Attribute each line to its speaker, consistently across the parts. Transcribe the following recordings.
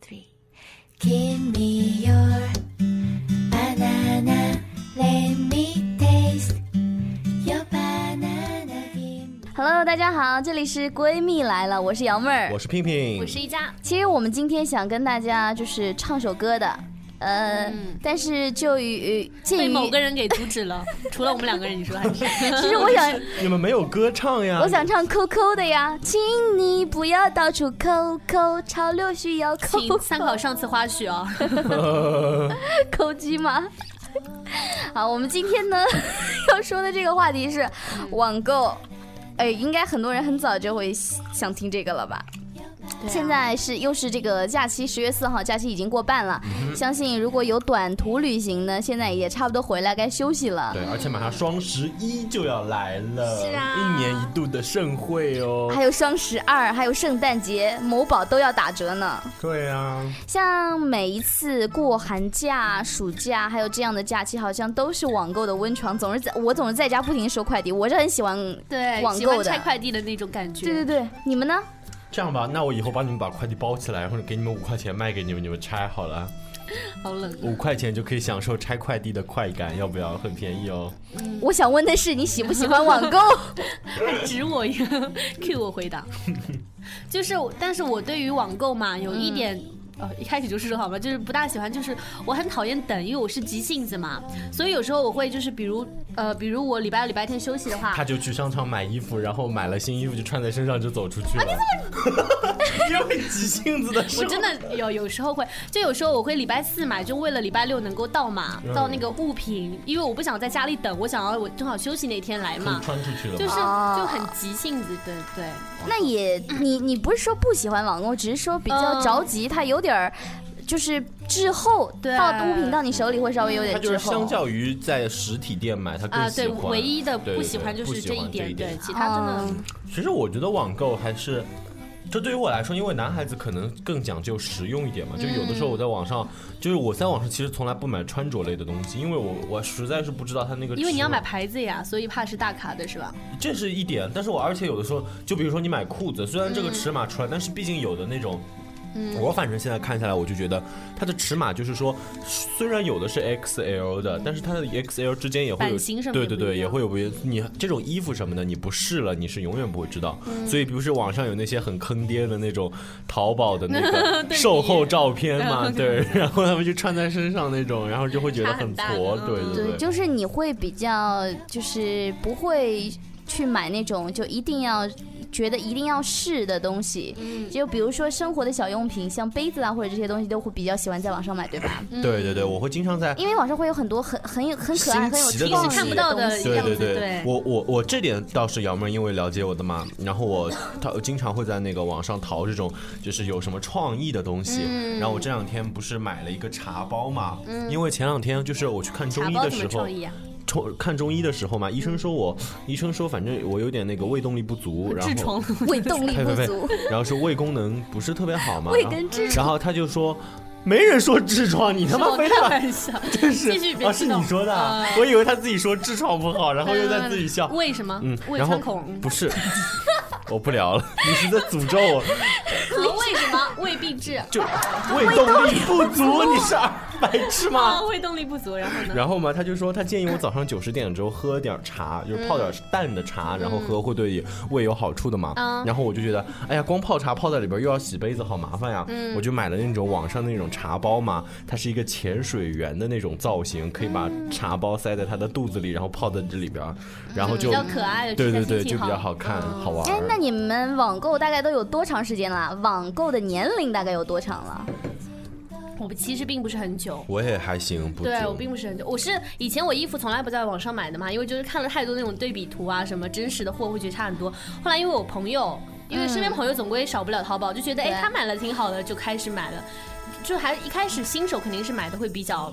Speaker 1: three. Give me your banana. Let me taste your banana. Give me
Speaker 2: Hello，大家好，这里是闺蜜来了，我是瑶妹儿
Speaker 3: 我。是拼拼，
Speaker 4: 我是一佳，
Speaker 2: 其实我们今天想跟大家就是唱首歌的，呃，但是就于鉴
Speaker 4: 嗯被
Speaker 2: 于，呃
Speaker 4: 某个人给阻止了。除了我们两个人，你说 还是？
Speaker 2: 其实我想
Speaker 3: 你们没有歌唱呀？
Speaker 2: 我想唱扣扣的呀，请你不要到处扣扣，潮流需要扣
Speaker 4: 请参考上次花 絮啊。
Speaker 2: 扣机吗？好，我们今天呢 要说的这个话题是网购，哎，应该很多人很早就会想听这个了吧？现在是又是这个假期，十月四号假期已经过半了，相信如果有短途旅行呢，现在也差不多回来该休息了。
Speaker 3: 对，而且马上双十一就要来了，
Speaker 4: 是啊哎
Speaker 3: 一年一度的盛会哦。
Speaker 2: 还有双十二，还有圣诞节，某宝都要打折呢。
Speaker 3: 对啊，
Speaker 2: 像每一次过寒假、暑假，还有这样的假期，好像都是网购的温床。总是在我总是在家不停地收快递，我是很喜欢。
Speaker 4: 对
Speaker 2: 网
Speaker 4: 喜
Speaker 2: 购
Speaker 4: 欢
Speaker 2: 的
Speaker 4: 拆快递的那种感觉。
Speaker 2: 对对对，你们呢？
Speaker 3: 这样吧，那我以后帮你们把快递包起来，然后给你们五块钱卖给你们，你们拆好了，
Speaker 4: 好冷啊。
Speaker 3: 五块钱就可以享受拆快递的快感，要不要？很便宜哦。
Speaker 4: 嗯
Speaker 2: 我想问的是，你喜不喜欢网 购？
Speaker 4: 还指我一个，Q 我回答，就是我，但是我对于网购嘛，有一点。
Speaker 2: 嗯
Speaker 4: 呃，一开始就说好吧，就是不大喜欢，就是我很讨厌等，因为我是急性子嘛，所以有时候我会就是比如呃，比如我礼拜六、礼拜天休息的话
Speaker 3: 他，就去商场买衣服，然后买了新衣服就穿在身上就走出去了。 因为急性子的是
Speaker 4: 哎我
Speaker 3: 吗
Speaker 4: 真的有有时候会，就有时候我会礼拜四买，就为了礼拜六能够到嘛，
Speaker 3: 嗯
Speaker 4: 到那个物品，因为我不想在家里等，我想要我正好休息那天来嘛，
Speaker 3: 穿出去了吗，
Speaker 4: 就是
Speaker 2: 啊
Speaker 4: 就很急性子，对对。
Speaker 2: 那也，你你不是说不喜欢网购，只是说比较
Speaker 4: 嗯
Speaker 2: 着急，它有点儿，就是滞后，
Speaker 4: 对
Speaker 2: 到物品到你手里会稍微有
Speaker 3: 他
Speaker 2: 点
Speaker 3: 就
Speaker 2: 滞
Speaker 3: 是
Speaker 2: 后
Speaker 3: 相。较于在实体店买，他更
Speaker 4: 啊，
Speaker 3: 喜
Speaker 4: 对，
Speaker 3: 欢。
Speaker 4: 唯一的
Speaker 3: 对
Speaker 4: 不喜欢
Speaker 3: 对
Speaker 4: 就是
Speaker 3: 不
Speaker 4: 这
Speaker 3: 喜欢
Speaker 4: 点，
Speaker 3: 一点
Speaker 4: 对，。其他真的
Speaker 2: 嗯
Speaker 3: 其实我觉得网购还是，这对于我来说，因为男孩子可能更讲究实用一点嘛。就有的时
Speaker 4: 嗯
Speaker 3: 候我在网上，就是我在网上其实从来不买穿着类的东西，因为我我实在是不知道它那个。
Speaker 4: 因为你要买，牌子呀，所以怕是大卡的是吧？
Speaker 3: 这是一点。但是我而且有的时候，就比如说你买裤子，虽然
Speaker 4: 嗯
Speaker 3: 这个尺码出来，但是毕竟有的那种。我反正现在看下来，我就觉得它的尺码就是说，虽然有的是 XL 的，但是它的 XL 之间也会有
Speaker 4: 嗯版型什么
Speaker 3: 对
Speaker 4: 也
Speaker 3: 对
Speaker 4: 不一
Speaker 3: 对，也
Speaker 4: 样
Speaker 3: 会有不一样。你这种衣服什么的，你不试了，你是永远不会知道。
Speaker 4: 嗯
Speaker 3: 所以，不是网上有那些很坑爹的那种淘宝的那个
Speaker 4: 对
Speaker 3: 售
Speaker 4: 比
Speaker 3: 后照片嘛，
Speaker 4: 嗯
Speaker 3: 对， 然后他们就穿在身上那种，然后就会觉得
Speaker 4: 差很大
Speaker 3: 挫，
Speaker 4: 的
Speaker 3: 对
Speaker 4: 嗯
Speaker 3: 对
Speaker 2: 对，。就是你会比较，就是不会去买那种就一定要觉得一定要试的东西。就比如说生活的小用品，像杯子啊或者这些东西，都会比较喜欢在网上买，对吧？
Speaker 4: 嗯
Speaker 3: 对对对，我会经常在
Speaker 2: 因为网上会有很多很很有很可爱、
Speaker 3: 新
Speaker 2: 很有
Speaker 3: 奇的
Speaker 2: 创
Speaker 3: 东
Speaker 2: 意
Speaker 3: 西看不
Speaker 4: 到
Speaker 2: 东
Speaker 4: 的
Speaker 2: 西
Speaker 3: 对
Speaker 4: 样
Speaker 3: 对
Speaker 4: 子
Speaker 3: 对，
Speaker 4: 对
Speaker 3: 我我我这点倒是瑶妹儿，因为了解我的嘛，然后我她经常会在那个网上淘这种就是有什么创意的东西。
Speaker 4: 嗯
Speaker 3: 然后我这两天不是买了一个茶包嘛，因为前两天就是我去看中
Speaker 4: 卡
Speaker 3: 医
Speaker 4: 嗯包
Speaker 3: 的
Speaker 4: 怎
Speaker 3: 时
Speaker 4: 么
Speaker 3: 候
Speaker 4: 创。意啊？
Speaker 3: 冲看中医的时候嘛，医生说我，医生说反正我有点那个胃动力不足，然
Speaker 4: 痔
Speaker 3: 后
Speaker 4: 疮
Speaker 2: 胃动力
Speaker 3: 呸
Speaker 2: 不
Speaker 3: 呸呸
Speaker 2: 足，
Speaker 3: 然后是胃功能不是特别好 嘛，
Speaker 2: 胃
Speaker 3: 然后
Speaker 2: 跟痔
Speaker 3: 然后他就说，没人说痔疮，你他妈
Speaker 4: 我
Speaker 3: 非
Speaker 4: 开
Speaker 3: 得把
Speaker 4: 玩笑，
Speaker 3: 真是
Speaker 4: 继续别
Speaker 3: 啊，
Speaker 4: 激
Speaker 3: 是你
Speaker 4: 动嗯
Speaker 3: 说的啊，我以为他自己说痔疮不好，然后又在自己笑。
Speaker 4: 为什么？
Speaker 3: 嗯，
Speaker 4: 胃
Speaker 3: 然后
Speaker 4: 穿 孔？
Speaker 3: 不是，我不聊了，你是在诅咒我，
Speaker 4: 啊为什么？胃壁质？
Speaker 3: 就胃动力不足，你是二白痴
Speaker 4: 啊，
Speaker 3: 吗？
Speaker 4: 胃动力不足，然后呢？
Speaker 3: 然后嘛，他就说他建议我早上九十点之后喝点茶，就是泡点淡的茶，然后喝会对胃有好处的嘛。
Speaker 4: 嗯
Speaker 3: 然后我就觉得，哎呀，光泡茶泡在里边又要洗杯子，好麻烦呀。
Speaker 4: 嗯
Speaker 3: 我就买了那种网上那种茶包嘛，它是一个潜水员的那种造型，可以把茶包塞在他的肚子里，然后泡在这里边，然后就
Speaker 4: 嗯比较可爱的
Speaker 3: 对对
Speaker 4: 吃起来
Speaker 3: 对，
Speaker 4: 挺
Speaker 3: 就比较
Speaker 4: 好
Speaker 3: 好看好玩
Speaker 2: 哎
Speaker 3: 儿，。
Speaker 2: 那你们网购大概都有多长时间啦？网购的年龄大概有多长了？
Speaker 4: 我其实并不是很久。
Speaker 3: 我也还行，不
Speaker 4: 对
Speaker 3: 久
Speaker 4: 我并不是很久，我是以前我衣服从来不在网上买的嘛，因为就是看了太多那种对比图啊，什么真实的货会觉得差很多。后来因为我朋友，因为身
Speaker 3: 嗯
Speaker 4: 边朋友总归少不了淘宝，就觉得哎
Speaker 2: 对
Speaker 4: 他买了挺好的，就开始买了，就还一开始新手肯定是买的会比较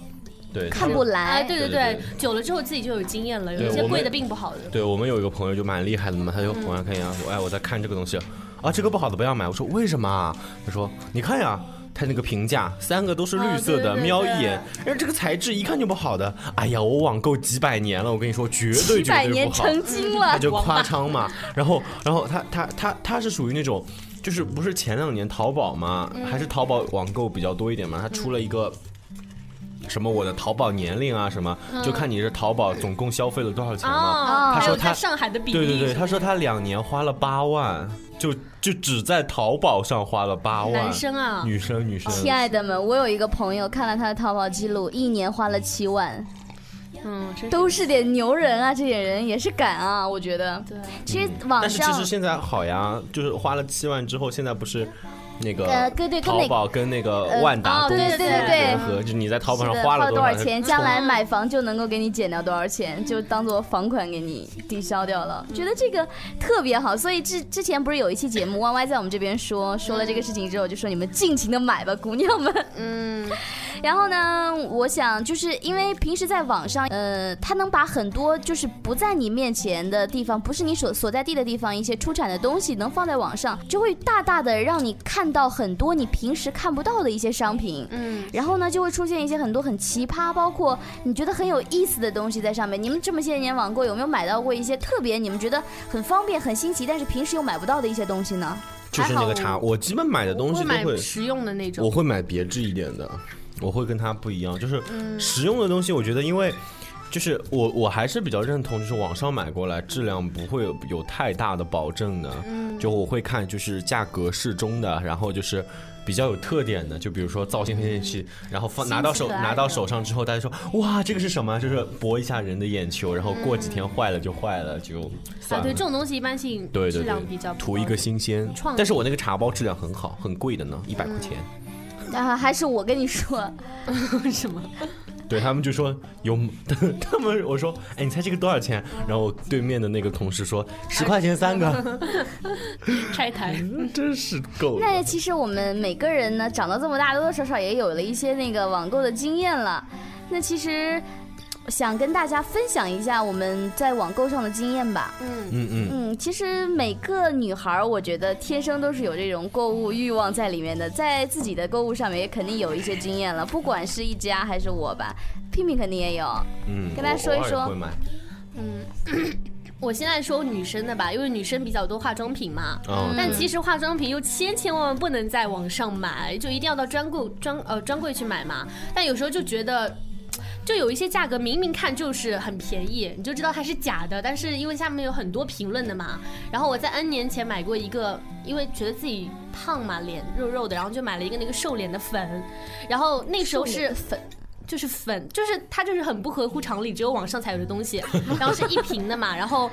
Speaker 3: 对
Speaker 2: 看不来，
Speaker 4: 哎，对对
Speaker 3: 对
Speaker 4: 对，久了之后自己就有经验了，有
Speaker 3: 对
Speaker 4: 一些
Speaker 3: 我们
Speaker 4: 贵的并不好的。
Speaker 3: 对我们有一个朋友就蛮厉害的嘛，他就往上看一眼，哎，我在看这个东西，啊，这个不好的不要买。我说为什么啊？他说你看呀。他那个评价，三个都是绿色的，
Speaker 4: 哦对对对
Speaker 3: 瞄一眼，哎，这个材质一看就不好的。哎呀，我网购几百年了，我跟你说，绝对
Speaker 2: 几百
Speaker 3: 绝对
Speaker 2: 年
Speaker 3: 不好。
Speaker 2: 成精
Speaker 3: 他
Speaker 2: 了，
Speaker 3: 就夸张嘛，然后，然后他他他他是属于那种，就是不是前两年淘宝嘛，
Speaker 4: 嗯
Speaker 3: 还是淘宝网购比较多一点嘛，它出了一个。什么我的淘宝年龄啊，什么就看你是淘宝总共消费了多少钱嘛。
Speaker 4: 嗯哦，
Speaker 3: 他
Speaker 4: 还
Speaker 3: 说
Speaker 4: 有
Speaker 3: 他
Speaker 4: 在上海的比
Speaker 3: 对
Speaker 4: 例，
Speaker 3: 对对，他说他两年花了八万，就就只在淘宝上花了八万。
Speaker 4: 男生啊
Speaker 3: 女生女 生，
Speaker 2: 亲爱的们，我有一个朋友看了他的淘宝记录，一年花了七万，
Speaker 4: 嗯，真是
Speaker 2: 都是点牛人啊！这些人也是敢啊，我觉得。
Speaker 4: 对，
Speaker 2: 其实网
Speaker 3: 嗯但是其
Speaker 2: 上
Speaker 3: 实现在好呀，就是花了七万之后，现在不是那个
Speaker 2: 呃跟对跟那
Speaker 3: 淘宝跟那个万达
Speaker 4: 哦
Speaker 3: 公
Speaker 4: 对
Speaker 3: 司
Speaker 4: 对对对
Speaker 3: 联合，就是你在淘宝上
Speaker 2: 是的
Speaker 3: 花
Speaker 2: 花
Speaker 3: 了
Speaker 2: 多
Speaker 3: 少
Speaker 2: 少钱，嗯将来买房就能够给你减掉多少钱，就当做房款给你抵消掉了。觉得这个特别好，所以之之前不是有一期节目，Y Y 在我们这边说说了这个事情之后，就说你们尽情的买吧，姑娘们。
Speaker 4: 嗯，
Speaker 2: 然后呢，我想就是因为平时在网上，呃，它能把很多就是不在你面前的地方，不是你所所在地的地方，一些出产的东西能放在网上，就会大大的让你看到很多你平时看不到的一些商品。
Speaker 4: 嗯，
Speaker 2: 然后呢，就会出现一些很多很奇葩，包括你觉得很有意思的东西在上面。你们这么些年网购，有没有买到过一些特别你们觉得很方便、很新奇，但是平时又买不到的一些东西呢？
Speaker 3: 就是那个茶，
Speaker 4: 还好
Speaker 3: 我基本买的东西
Speaker 4: 会
Speaker 3: 都
Speaker 4: 买
Speaker 3: 会，
Speaker 4: 实用的那
Speaker 3: 我
Speaker 4: 种，啊
Speaker 3: 会买别致一点的，我会跟它不一样，就是实用的东西，我觉得因为。就是我，我还是比较认同，就是网上买过来质量不会有有太大的保证的。
Speaker 4: 嗯
Speaker 3: 就我会看就是价格适中的，然后就是比较有特点的，就比如说造型很有趣，然后放拿到手
Speaker 4: 可爱
Speaker 3: 拿到
Speaker 4: 的
Speaker 3: 手上之后，大家说哇这个是什么？就是博一下人的眼球，然后过几天坏了就坏了，就
Speaker 4: 啊，
Speaker 3: 算了。
Speaker 4: 对，这种东西一般性
Speaker 3: 对
Speaker 4: 质
Speaker 3: 对
Speaker 4: 量比较
Speaker 3: 对，
Speaker 4: 不
Speaker 3: 图一
Speaker 4: 高
Speaker 3: 个新鲜
Speaker 4: 创。
Speaker 3: 但是我那个茶包质量很好，很贵的呢，一百块钱。
Speaker 2: 啊，还是我跟你说，
Speaker 4: 什么？
Speaker 3: 对他们就说有， 他们我说，哎，你猜这个多少钱？然后我对面的那个同事说十块钱三个，嗯
Speaker 4: 拆台，
Speaker 3: 真是够了。
Speaker 2: 那其实我们每个人呢，长到这么大，多多少少也有了一些那个网购的经验了。那其实想跟大家分享一下我们在网购上的经验吧。
Speaker 4: 嗯，
Speaker 3: 嗯嗯，
Speaker 2: 嗯，其实每个女孩儿，我觉得天生都是有这种购物欲望在里面的，在自己的购物上面也肯定有一些经验了，不管是一家还是我吧，聘聘肯定也有。
Speaker 3: 嗯，
Speaker 2: 跟大家
Speaker 3: 我
Speaker 2: 说一
Speaker 3: 偶尔
Speaker 2: 说
Speaker 3: 会买
Speaker 4: 我现在说女生的吧，因为女生比较多化妆品嘛。
Speaker 3: 嗯，
Speaker 4: 但
Speaker 3: 对
Speaker 4: 其实化妆品又千千万万不能在网上买，就一定要到专柜专呃专柜去买嘛。但有时候就觉得，就有一些价格明明看就是很便宜，你就知道它是假的。但是因为下面有很多评论的嘛，然后我在 N 年前买过一个，因为觉得自己胖嘛，脸肉肉的，然后就买了一个那个瘦脸的粉，然后那时候是粉。就是粉，就是它就是很不合乎常理，只有网上才有的东西。然后是一瓶的嘛，然后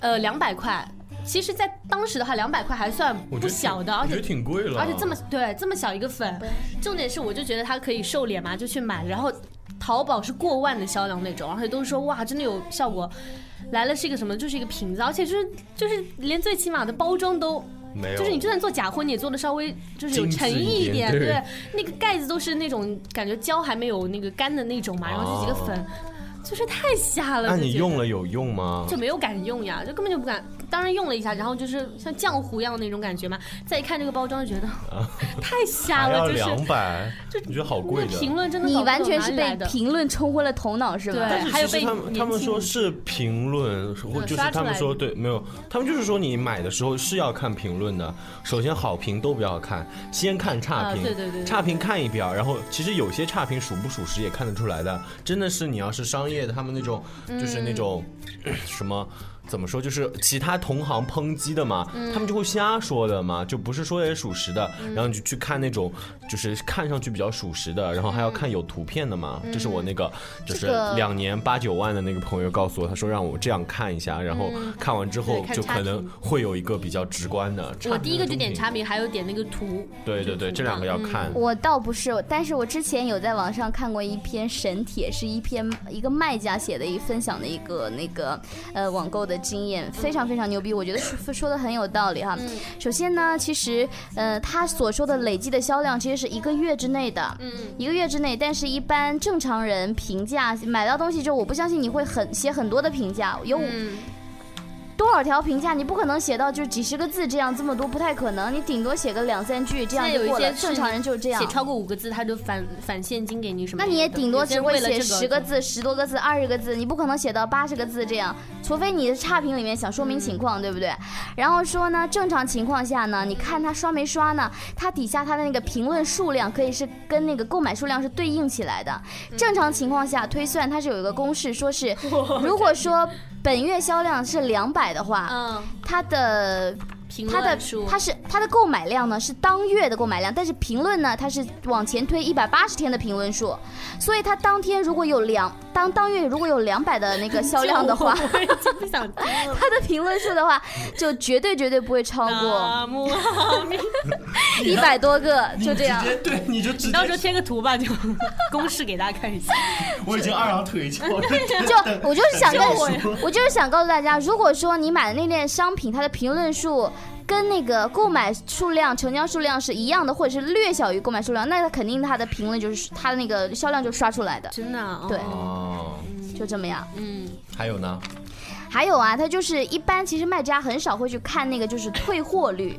Speaker 4: 呃两百块，其实，在当时的话，两百块还算
Speaker 3: 我觉得
Speaker 4: 不小的，而且
Speaker 3: 挺贵了
Speaker 4: 而且这么对这么小一个粉，重点是我就觉得它可以瘦脸嘛，就去买，然后淘宝是过万的销量那种，而且都说哇真的有效果。来了是一个什么？就是一个瓶子，而且就是就是连最起码的包装都，
Speaker 3: 没有，
Speaker 4: 就是你就算做假货，你也做的稍微就是有
Speaker 3: 精致
Speaker 4: 诚意
Speaker 3: 一点
Speaker 4: 对
Speaker 3: 对
Speaker 4: 那个盖子都是那种感觉胶还没有那个干的那种嘛，然后就几个
Speaker 3: 哦
Speaker 4: 粉，就是太瞎了。
Speaker 3: 那
Speaker 4: 就
Speaker 3: 你
Speaker 4: 觉得
Speaker 3: 用了有用吗？
Speaker 4: 就没有敢用呀，就根本就不敢。当然用了一下，然后就是像浆糊一样的那种感觉嘛。再一看这个包装，就觉得太瞎
Speaker 3: 啊还
Speaker 4: 了，
Speaker 3: 要
Speaker 4: 就是
Speaker 3: 两百，
Speaker 4: 就
Speaker 3: 你觉得好贵
Speaker 4: 那
Speaker 3: 的。
Speaker 4: 评论真的搞
Speaker 2: 你
Speaker 4: 不懂
Speaker 2: 完全是
Speaker 4: 哪里
Speaker 2: 被
Speaker 4: 来的
Speaker 2: 评论冲昏了头脑是吧？
Speaker 4: 对
Speaker 3: 但是
Speaker 4: 还有
Speaker 3: 其实
Speaker 4: 被
Speaker 3: 他们他
Speaker 4: 年
Speaker 3: 们
Speaker 4: 轻
Speaker 3: 说
Speaker 4: 人
Speaker 3: 是评论，或
Speaker 4: 嗯
Speaker 3: 就是
Speaker 4: 刷
Speaker 3: 他
Speaker 4: 出
Speaker 3: 们
Speaker 4: 来
Speaker 3: 说
Speaker 4: 的
Speaker 3: 对没有，他们就是说你买的时候是要看评论的。首先好评都不要看，先看差
Speaker 4: 啊
Speaker 3: 评，
Speaker 4: 对对对对
Speaker 3: 差评看一遍儿，然后其实有些差评属不属实也看得出来的。真的是你要是商业的，他们那种
Speaker 4: 嗯
Speaker 3: 就是那种、 什么。怎么说？就是其他同行抨击的嘛，
Speaker 4: 嗯
Speaker 3: 他们就会瞎说的嘛，就不是说也属实的。然后你就去看那种，就是看上去比较属实的，然后
Speaker 4: 嗯
Speaker 3: 还要看有图片的嘛。这是我那个，就
Speaker 2: 这
Speaker 3: 是
Speaker 2: 个
Speaker 3: 两年八九万的那个朋友告诉我，他说让我这样看一下，然后看完之后
Speaker 4: 嗯对看
Speaker 3: 就可
Speaker 4: 差评
Speaker 3: 能会有一个比较直观的。差评
Speaker 4: 我
Speaker 3: 的
Speaker 4: 第一个就
Speaker 3: 东
Speaker 4: 点
Speaker 3: 西
Speaker 4: 差嗯评，还有点那个图。
Speaker 3: 对对对，这两个要看。
Speaker 2: 我倒不是，但是我之前有在网上看过一篇神帖，是一篇一个卖家写的一分享的一个那个呃网购的经验，非常非常牛逼，我觉得说说的很有道理哈。
Speaker 4: 嗯
Speaker 2: 首先呢，其实呃他所说的累计的销量其实是一个月之内的，嗯一个月之内，但是一般正常哦人评价买到东西之后，我不相信你会很写很多的评价，有五
Speaker 4: 嗯，
Speaker 2: 多少条评价，你不可能写到就几十个字这样，这么多不太可能，你顶多写个两三句这样
Speaker 4: 现在
Speaker 2: 就
Speaker 4: 有一
Speaker 2: 过
Speaker 4: 些
Speaker 2: 了。
Speaker 4: 是
Speaker 2: 正常人就是这样
Speaker 4: 写。超过五个字，他就返返现金给你什么
Speaker 2: 那
Speaker 4: 的。
Speaker 2: 你也顶多
Speaker 4: 有些
Speaker 2: 只会
Speaker 4: 为了
Speaker 2: 写
Speaker 4: 这
Speaker 2: 十个字、十多个字、二十个字，你不可能写到八十个字这样，除非你的差评里面想说明情况，对不对？然后说呢，正常情况下呢，你看他刷没刷呢？他底下他的那个评论数量可以是跟那个购买数量是对应起来的。
Speaker 4: 嗯
Speaker 2: 正常情况下推算它是有一个公式，说 是如果说本月销量是两百的话，
Speaker 4: 嗯，
Speaker 2: 它的
Speaker 4: 评
Speaker 2: 它的
Speaker 4: 论数，
Speaker 2: 它是它的购买量呢是当月的购买量，但是评论呢它是往前推一百八十天的评论数，所以它当天如果有两当当月如果有两百的那 个销量的话，
Speaker 4: 就我我已经不想听了。
Speaker 2: 它的评论数的话就绝对绝对不会 超过
Speaker 4: 那穆阿弥，
Speaker 2: 一百多个，就这样
Speaker 5: 你。直接对，你就直接
Speaker 4: 你到时候贴个图吧，就 公式给大家看一下。
Speaker 5: 我已经二郎腿翘 了。
Speaker 2: 就我就是想跟
Speaker 5: 就我呀
Speaker 2: 我就是想告诉大家，如果说你买的那件商品，它的评论数跟那个购买数量、成交数量是一样的，或者是略小于购买数量，那它肯定它的评论就是它的那个销量就刷出来的，
Speaker 4: 真的啊，哦
Speaker 2: 对
Speaker 3: 哦，
Speaker 2: 就这么样。
Speaker 4: 嗯，
Speaker 3: 还有呢？
Speaker 2: 还有啊，它就是一般其实卖家很少会去看那个就是退货率，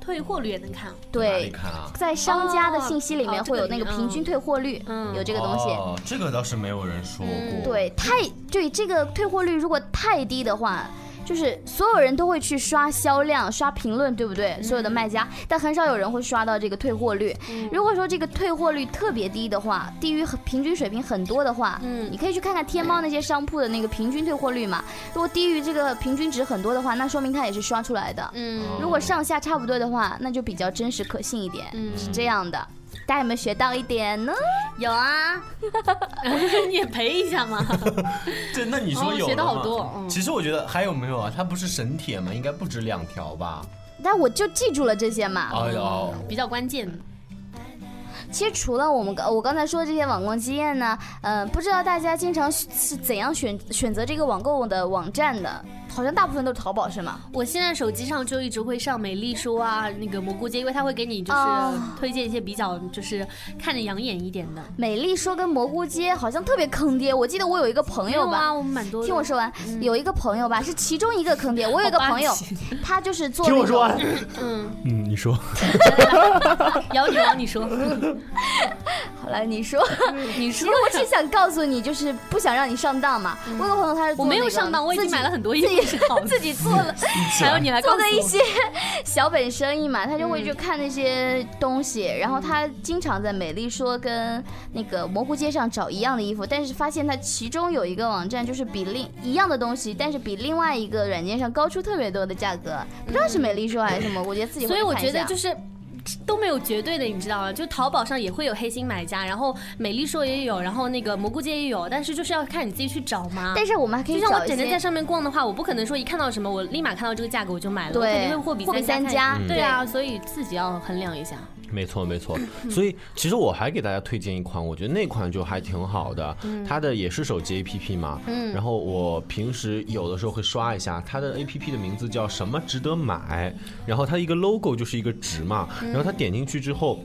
Speaker 4: 退货率也能看，
Speaker 3: 哪里
Speaker 2: 对，
Speaker 3: 看啊？
Speaker 2: 在商家的信息里
Speaker 4: 哦
Speaker 2: 面
Speaker 4: 哦这
Speaker 2: 会
Speaker 4: 个
Speaker 2: 有那个
Speaker 4: 里面
Speaker 2: 平均退货率，
Speaker 4: 嗯
Speaker 2: 有这个东西。
Speaker 3: 哦，这个倒是没有人说过。
Speaker 4: 嗯
Speaker 2: 对，太对这个退货率如果太低的话，就是所有人都会去刷销量、刷评论，对不对？所
Speaker 4: 嗯
Speaker 2: 有的卖家，但很少有人会刷到这个退货率。如果说这个退货率特别低的话，低于平均水平很多的话，
Speaker 4: 嗯
Speaker 2: 你可以去看看天猫那些商铺的那个平均退货率嘛。如果低于这个平均值很多的话，那说明它也是刷出来的。
Speaker 4: 嗯
Speaker 2: 如果上下差不多的话，那就比较真实可信一点，
Speaker 4: 嗯
Speaker 2: 是这样的。大家有没有学到一点呢？
Speaker 4: 有啊， 你也赔一下嘛。
Speaker 3: 对，那你说
Speaker 4: 哦
Speaker 3: 有
Speaker 4: 学
Speaker 3: 了
Speaker 4: 得好
Speaker 3: 吗
Speaker 4: 多嗯
Speaker 5: 其实我觉得还有没有啊？它不是神帖吗？应该不止两条吧？
Speaker 2: 但我就记住了这些嘛。
Speaker 4: 啊
Speaker 5: 哎呦，
Speaker 4: 比较关键，
Speaker 2: 其实除了我们呃刚我刚才说的这些网购经验呢，呃，不知道大家经常是怎样选选择这个网购的网站的？好像大部分都是淘宝是吗？
Speaker 4: 我现在手机上就一直会上美丽说啊，那个蘑菇街，因为它会给你就是
Speaker 2: 哦
Speaker 4: 推荐一些比较就是看着养眼一点的。
Speaker 2: 美丽说跟蘑菇街好像特别坑爹，我记得我有一个朋友
Speaker 4: 有啊，
Speaker 2: 吧。
Speaker 4: 我们蛮多的。
Speaker 2: 听我说完，有一个朋友吧，是其中一个坑爹。我有一个
Speaker 4: 好霸
Speaker 2: 朋友
Speaker 4: 气，
Speaker 2: 他就是做
Speaker 5: 听我
Speaker 2: 那
Speaker 5: 说
Speaker 2: 种
Speaker 5: 完。
Speaker 4: 嗯，
Speaker 3: 嗯，你 说。
Speaker 4: 姚女王，你说，
Speaker 2: 好了，你说，
Speaker 4: 你
Speaker 2: 其
Speaker 4: 说
Speaker 2: 实，我只想告诉你，就是不想让你上当嘛。我有个朋友，他是
Speaker 4: 嗯我
Speaker 2: 做
Speaker 4: 没有
Speaker 2: 那个
Speaker 4: 上当，我已
Speaker 2: 自
Speaker 4: 经
Speaker 2: 己
Speaker 4: 买了很多衣服是好的，
Speaker 2: 自己做了
Speaker 4: 还有你来告
Speaker 2: 做
Speaker 4: 诉
Speaker 2: 的
Speaker 4: 我嗯
Speaker 2: 一些小本生意嘛，他就会去看那些东西，然后他经常在美丽说跟那个蘑菇街上找一样的衣服，但是发现他其中有一个网站就是比另一样的东西，但是比另外一个软件上高出特别多的价格，不知道是美丽说还是什么，我觉得自己会
Speaker 4: 所以
Speaker 2: 去
Speaker 4: 我
Speaker 2: 看一
Speaker 4: 觉得
Speaker 2: 下
Speaker 4: 就是。都没有绝对的，你知道吗？就淘宝上也会有黑心买家，然后美丽说也有，然后那个蘑菇街也有，但是就是要看你自己去找嘛。
Speaker 2: 但是我们还可
Speaker 4: 就
Speaker 2: 以
Speaker 4: 像
Speaker 2: 找
Speaker 4: 我
Speaker 2: 一
Speaker 4: 整天在
Speaker 2: 些。
Speaker 4: 上面逛的话，我不可能说一看到什么我立马看到这个价格我就买了，我肯定
Speaker 2: 对
Speaker 4: 会，货比
Speaker 2: 比
Speaker 4: 三
Speaker 2: 三
Speaker 4: 家。
Speaker 2: 家，
Speaker 3: 嗯
Speaker 4: 对啊，所以自己要衡量一下。
Speaker 3: 没错，没错。所以其实我还给大家推荐一款，我觉得那款就还挺好的，
Speaker 4: 嗯
Speaker 3: 它的也是手机 APP 嘛。嗯。然后我平时有的时候会刷一下，它的 APP 的名字叫什么值得买，然后它一个 logo 就是一个值嘛，
Speaker 4: 嗯
Speaker 3: 然后它点进去之后。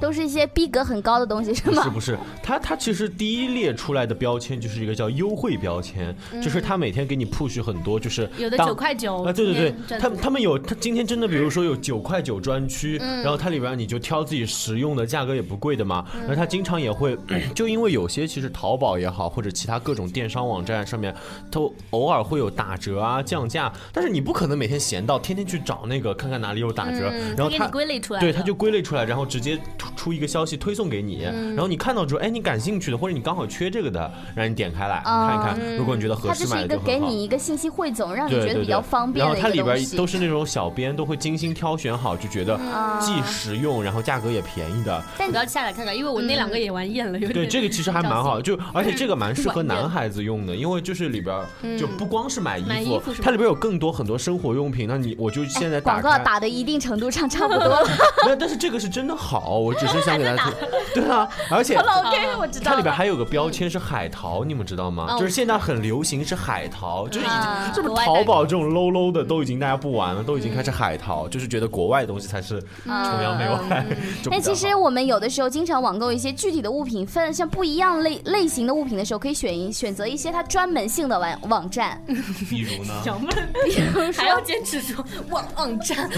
Speaker 2: 都是一些逼格很高的东西，是
Speaker 3: 不
Speaker 2: 吗
Speaker 3: 是？不是，它它其实第一列出来的标签就是一个叫优惠标签，就是它每天给你 push 很多，就是
Speaker 4: 嗯有的
Speaker 3: 当
Speaker 4: 九块九
Speaker 3: 啊，对对
Speaker 4: 哦今天
Speaker 3: 对，
Speaker 4: 赚
Speaker 3: 他们他们有，他今天真的，比如说有九块九专区，
Speaker 2: 嗯
Speaker 3: 然后它里边你就挑自己实用的，价格也不贵的嘛。
Speaker 2: 嗯
Speaker 3: 然后它经常也会， 就因为有些其实淘宝也好，或者其他各种电商网站上面，都偶尔会有打折啊、降价，但是你不可能每天闲到天天去找那个看看哪里有打折，
Speaker 4: 嗯，
Speaker 3: 然后
Speaker 4: 给
Speaker 3: 它
Speaker 4: 你归类出来了，
Speaker 3: 对，它就归类出来，然后直接突出一个消息推送给你，
Speaker 2: 嗯
Speaker 3: 然后你看到之后，哎，你感兴趣的，或者你刚好缺这个的，让你点开来
Speaker 2: 哦
Speaker 3: 看一看，如果你觉得合
Speaker 2: 它就
Speaker 3: 适，
Speaker 2: 是
Speaker 3: 买
Speaker 2: 一
Speaker 3: 了
Speaker 2: 个
Speaker 3: 就
Speaker 2: 给
Speaker 3: 很好。
Speaker 2: 你一个信息汇总，让你
Speaker 3: 对
Speaker 2: 觉得
Speaker 3: 对
Speaker 2: 比较
Speaker 3: 对，
Speaker 2: 方便
Speaker 3: 然后
Speaker 2: 的一
Speaker 3: 它
Speaker 2: 个
Speaker 3: 里
Speaker 2: 东
Speaker 3: 边
Speaker 2: 西。
Speaker 3: 都是那种小编都会精心挑选好，就觉得
Speaker 2: 嗯
Speaker 3: 既实用，然后价格也便宜的。
Speaker 4: 你要下来看看，因为我那两个
Speaker 2: 嗯
Speaker 4: 也玩厌了，有点。
Speaker 3: 对，这个其实还蛮好，就而且这个蛮适合
Speaker 4: 嗯
Speaker 3: 男孩子用的，因为就是里边儿
Speaker 2: 嗯
Speaker 3: 就不光是买衣
Speaker 4: 买衣
Speaker 3: 服
Speaker 4: 服，是吧
Speaker 3: 它里边有更多很多生活用品。那你我就现在
Speaker 2: 哎广
Speaker 3: 打
Speaker 2: 告
Speaker 3: 开，
Speaker 2: 打的一定程度上差不多了。
Speaker 3: 没有，但是这个是真的好，我只是是想给大 家推，对啊，而且
Speaker 2: OK，我知道嗯哦
Speaker 3: 它里边还有个标签是海淘，你们知道吗？
Speaker 4: 嗯
Speaker 3: 就是现在很流行是海淘，就是已
Speaker 2: 啊
Speaker 3: 经是不
Speaker 4: 国
Speaker 3: 是
Speaker 4: 外
Speaker 3: 淘
Speaker 4: 代
Speaker 3: 宝这种 low low 的都已经大家不玩了，都已经
Speaker 2: 嗯
Speaker 3: 开始海淘，就是觉得国外的东西才是崇洋媚外。
Speaker 2: 嗯
Speaker 3: 就比较
Speaker 2: 但其实
Speaker 3: 好
Speaker 2: 我们有的时候经常网购一些具体的物品，分像不一样类类型的物品的时候，可以选一选择一些它专门性的网网站，
Speaker 5: 比如 呢？
Speaker 4: 小妹还要坚持说网网站，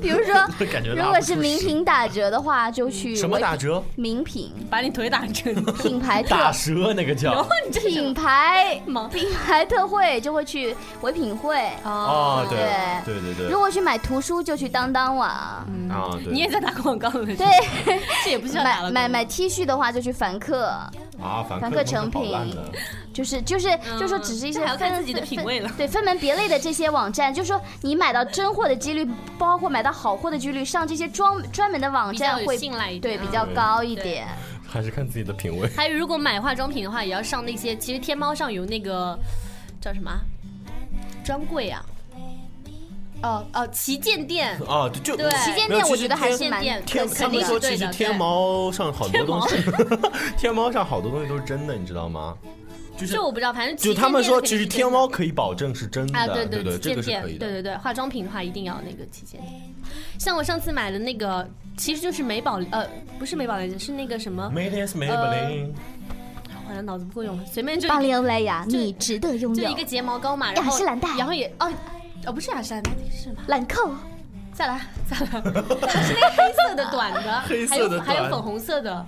Speaker 2: 比如说，
Speaker 3: 感觉
Speaker 2: 如
Speaker 3: 拉啊不
Speaker 2: 果
Speaker 3: 出
Speaker 2: 是名
Speaker 3: 屎
Speaker 2: 品打折的话，就去
Speaker 3: 什么打折，
Speaker 2: 名品
Speaker 4: 把你腿打折，
Speaker 2: 品牌特
Speaker 3: 打折那个叫
Speaker 4: 你这
Speaker 2: 品牌
Speaker 4: 吗？
Speaker 2: 品牌特惠，就会去唯品会。
Speaker 4: 啊
Speaker 3: 哦，
Speaker 2: 对
Speaker 3: 对对对
Speaker 2: 如
Speaker 3: 对
Speaker 2: 果去买图书，就去当当网。
Speaker 3: 啊，对
Speaker 4: 你也在打广告了，
Speaker 2: 对，，
Speaker 4: 这也不需要打
Speaker 2: 买
Speaker 4: 了，
Speaker 2: 买买 T 恤的话，就去凡客，
Speaker 3: 啊，凡
Speaker 2: 凡
Speaker 3: 凡
Speaker 2: 客诚品就是就是就说只是一些
Speaker 4: 嗯这还要看
Speaker 2: 分
Speaker 4: 自己的
Speaker 2: 分
Speaker 4: 品味了
Speaker 2: 分对，分门别类的这些网站，就说你买到真货的几率，包括买到好货的几率，上这些专专门的网
Speaker 4: 比
Speaker 2: 站
Speaker 4: 较有
Speaker 2: 会
Speaker 4: 信赖一点
Speaker 2: 对
Speaker 4: 啊
Speaker 2: 比较高一点。
Speaker 3: 还是看自己的品味。
Speaker 4: 还有，如果买化妆品的话，也要上那些。其实天猫上有那个叫什么啊专柜啊，哦哦，旗舰店，
Speaker 3: 啊，就
Speaker 4: 对旗舰
Speaker 3: 没有
Speaker 2: 店
Speaker 3: 其
Speaker 2: 我
Speaker 3: 实
Speaker 2: 觉得还
Speaker 3: 天
Speaker 2: 是蛮
Speaker 4: 天
Speaker 2: 可
Speaker 3: 天，
Speaker 2: 惜
Speaker 3: 他
Speaker 4: 肯
Speaker 3: 们
Speaker 4: 定
Speaker 2: 的。
Speaker 4: 是
Speaker 3: 说
Speaker 4: 对
Speaker 3: 其实
Speaker 4: 的
Speaker 3: 天
Speaker 4: 对
Speaker 3: 猫上好多
Speaker 4: 天
Speaker 3: 东
Speaker 4: 猫
Speaker 3: 西， 天猫上好多东西都是真的，你知道吗？就是
Speaker 4: 这我不知道，反正旗
Speaker 3: 就
Speaker 4: 舰
Speaker 3: 他们
Speaker 4: 店
Speaker 3: 说，
Speaker 4: 肯
Speaker 3: 其
Speaker 4: 定
Speaker 3: 实
Speaker 4: 是
Speaker 3: 天
Speaker 4: 真的
Speaker 3: 猫可以保证是真的，
Speaker 4: 啊，对
Speaker 3: 对
Speaker 4: 对，
Speaker 3: 这
Speaker 4: 旗舰
Speaker 3: 个是
Speaker 4: 店，
Speaker 3: 可以
Speaker 4: 对
Speaker 3: 的。
Speaker 4: 对对，化妆品的话一定要那个旗舰店。像我上次买的那个，其实就是美宝，呃，不是美宝来着，是那个什么，
Speaker 3: Maybelline
Speaker 4: 呃好像脑子不够用了，随便就
Speaker 2: 巴黎欧莱雅，
Speaker 4: 就
Speaker 2: 你值得拥
Speaker 4: 就
Speaker 2: 有
Speaker 4: 一。个睫毛膏嘛，然
Speaker 2: 雅
Speaker 4: 后
Speaker 2: 诗兰黛
Speaker 4: 然后也哦哦，不是雅诗兰黛，是什么？
Speaker 2: 兰蔻，
Speaker 4: 再来，再来，是那个黑色的短的，
Speaker 3: 黑色的短
Speaker 4: 还有还有粉红色的，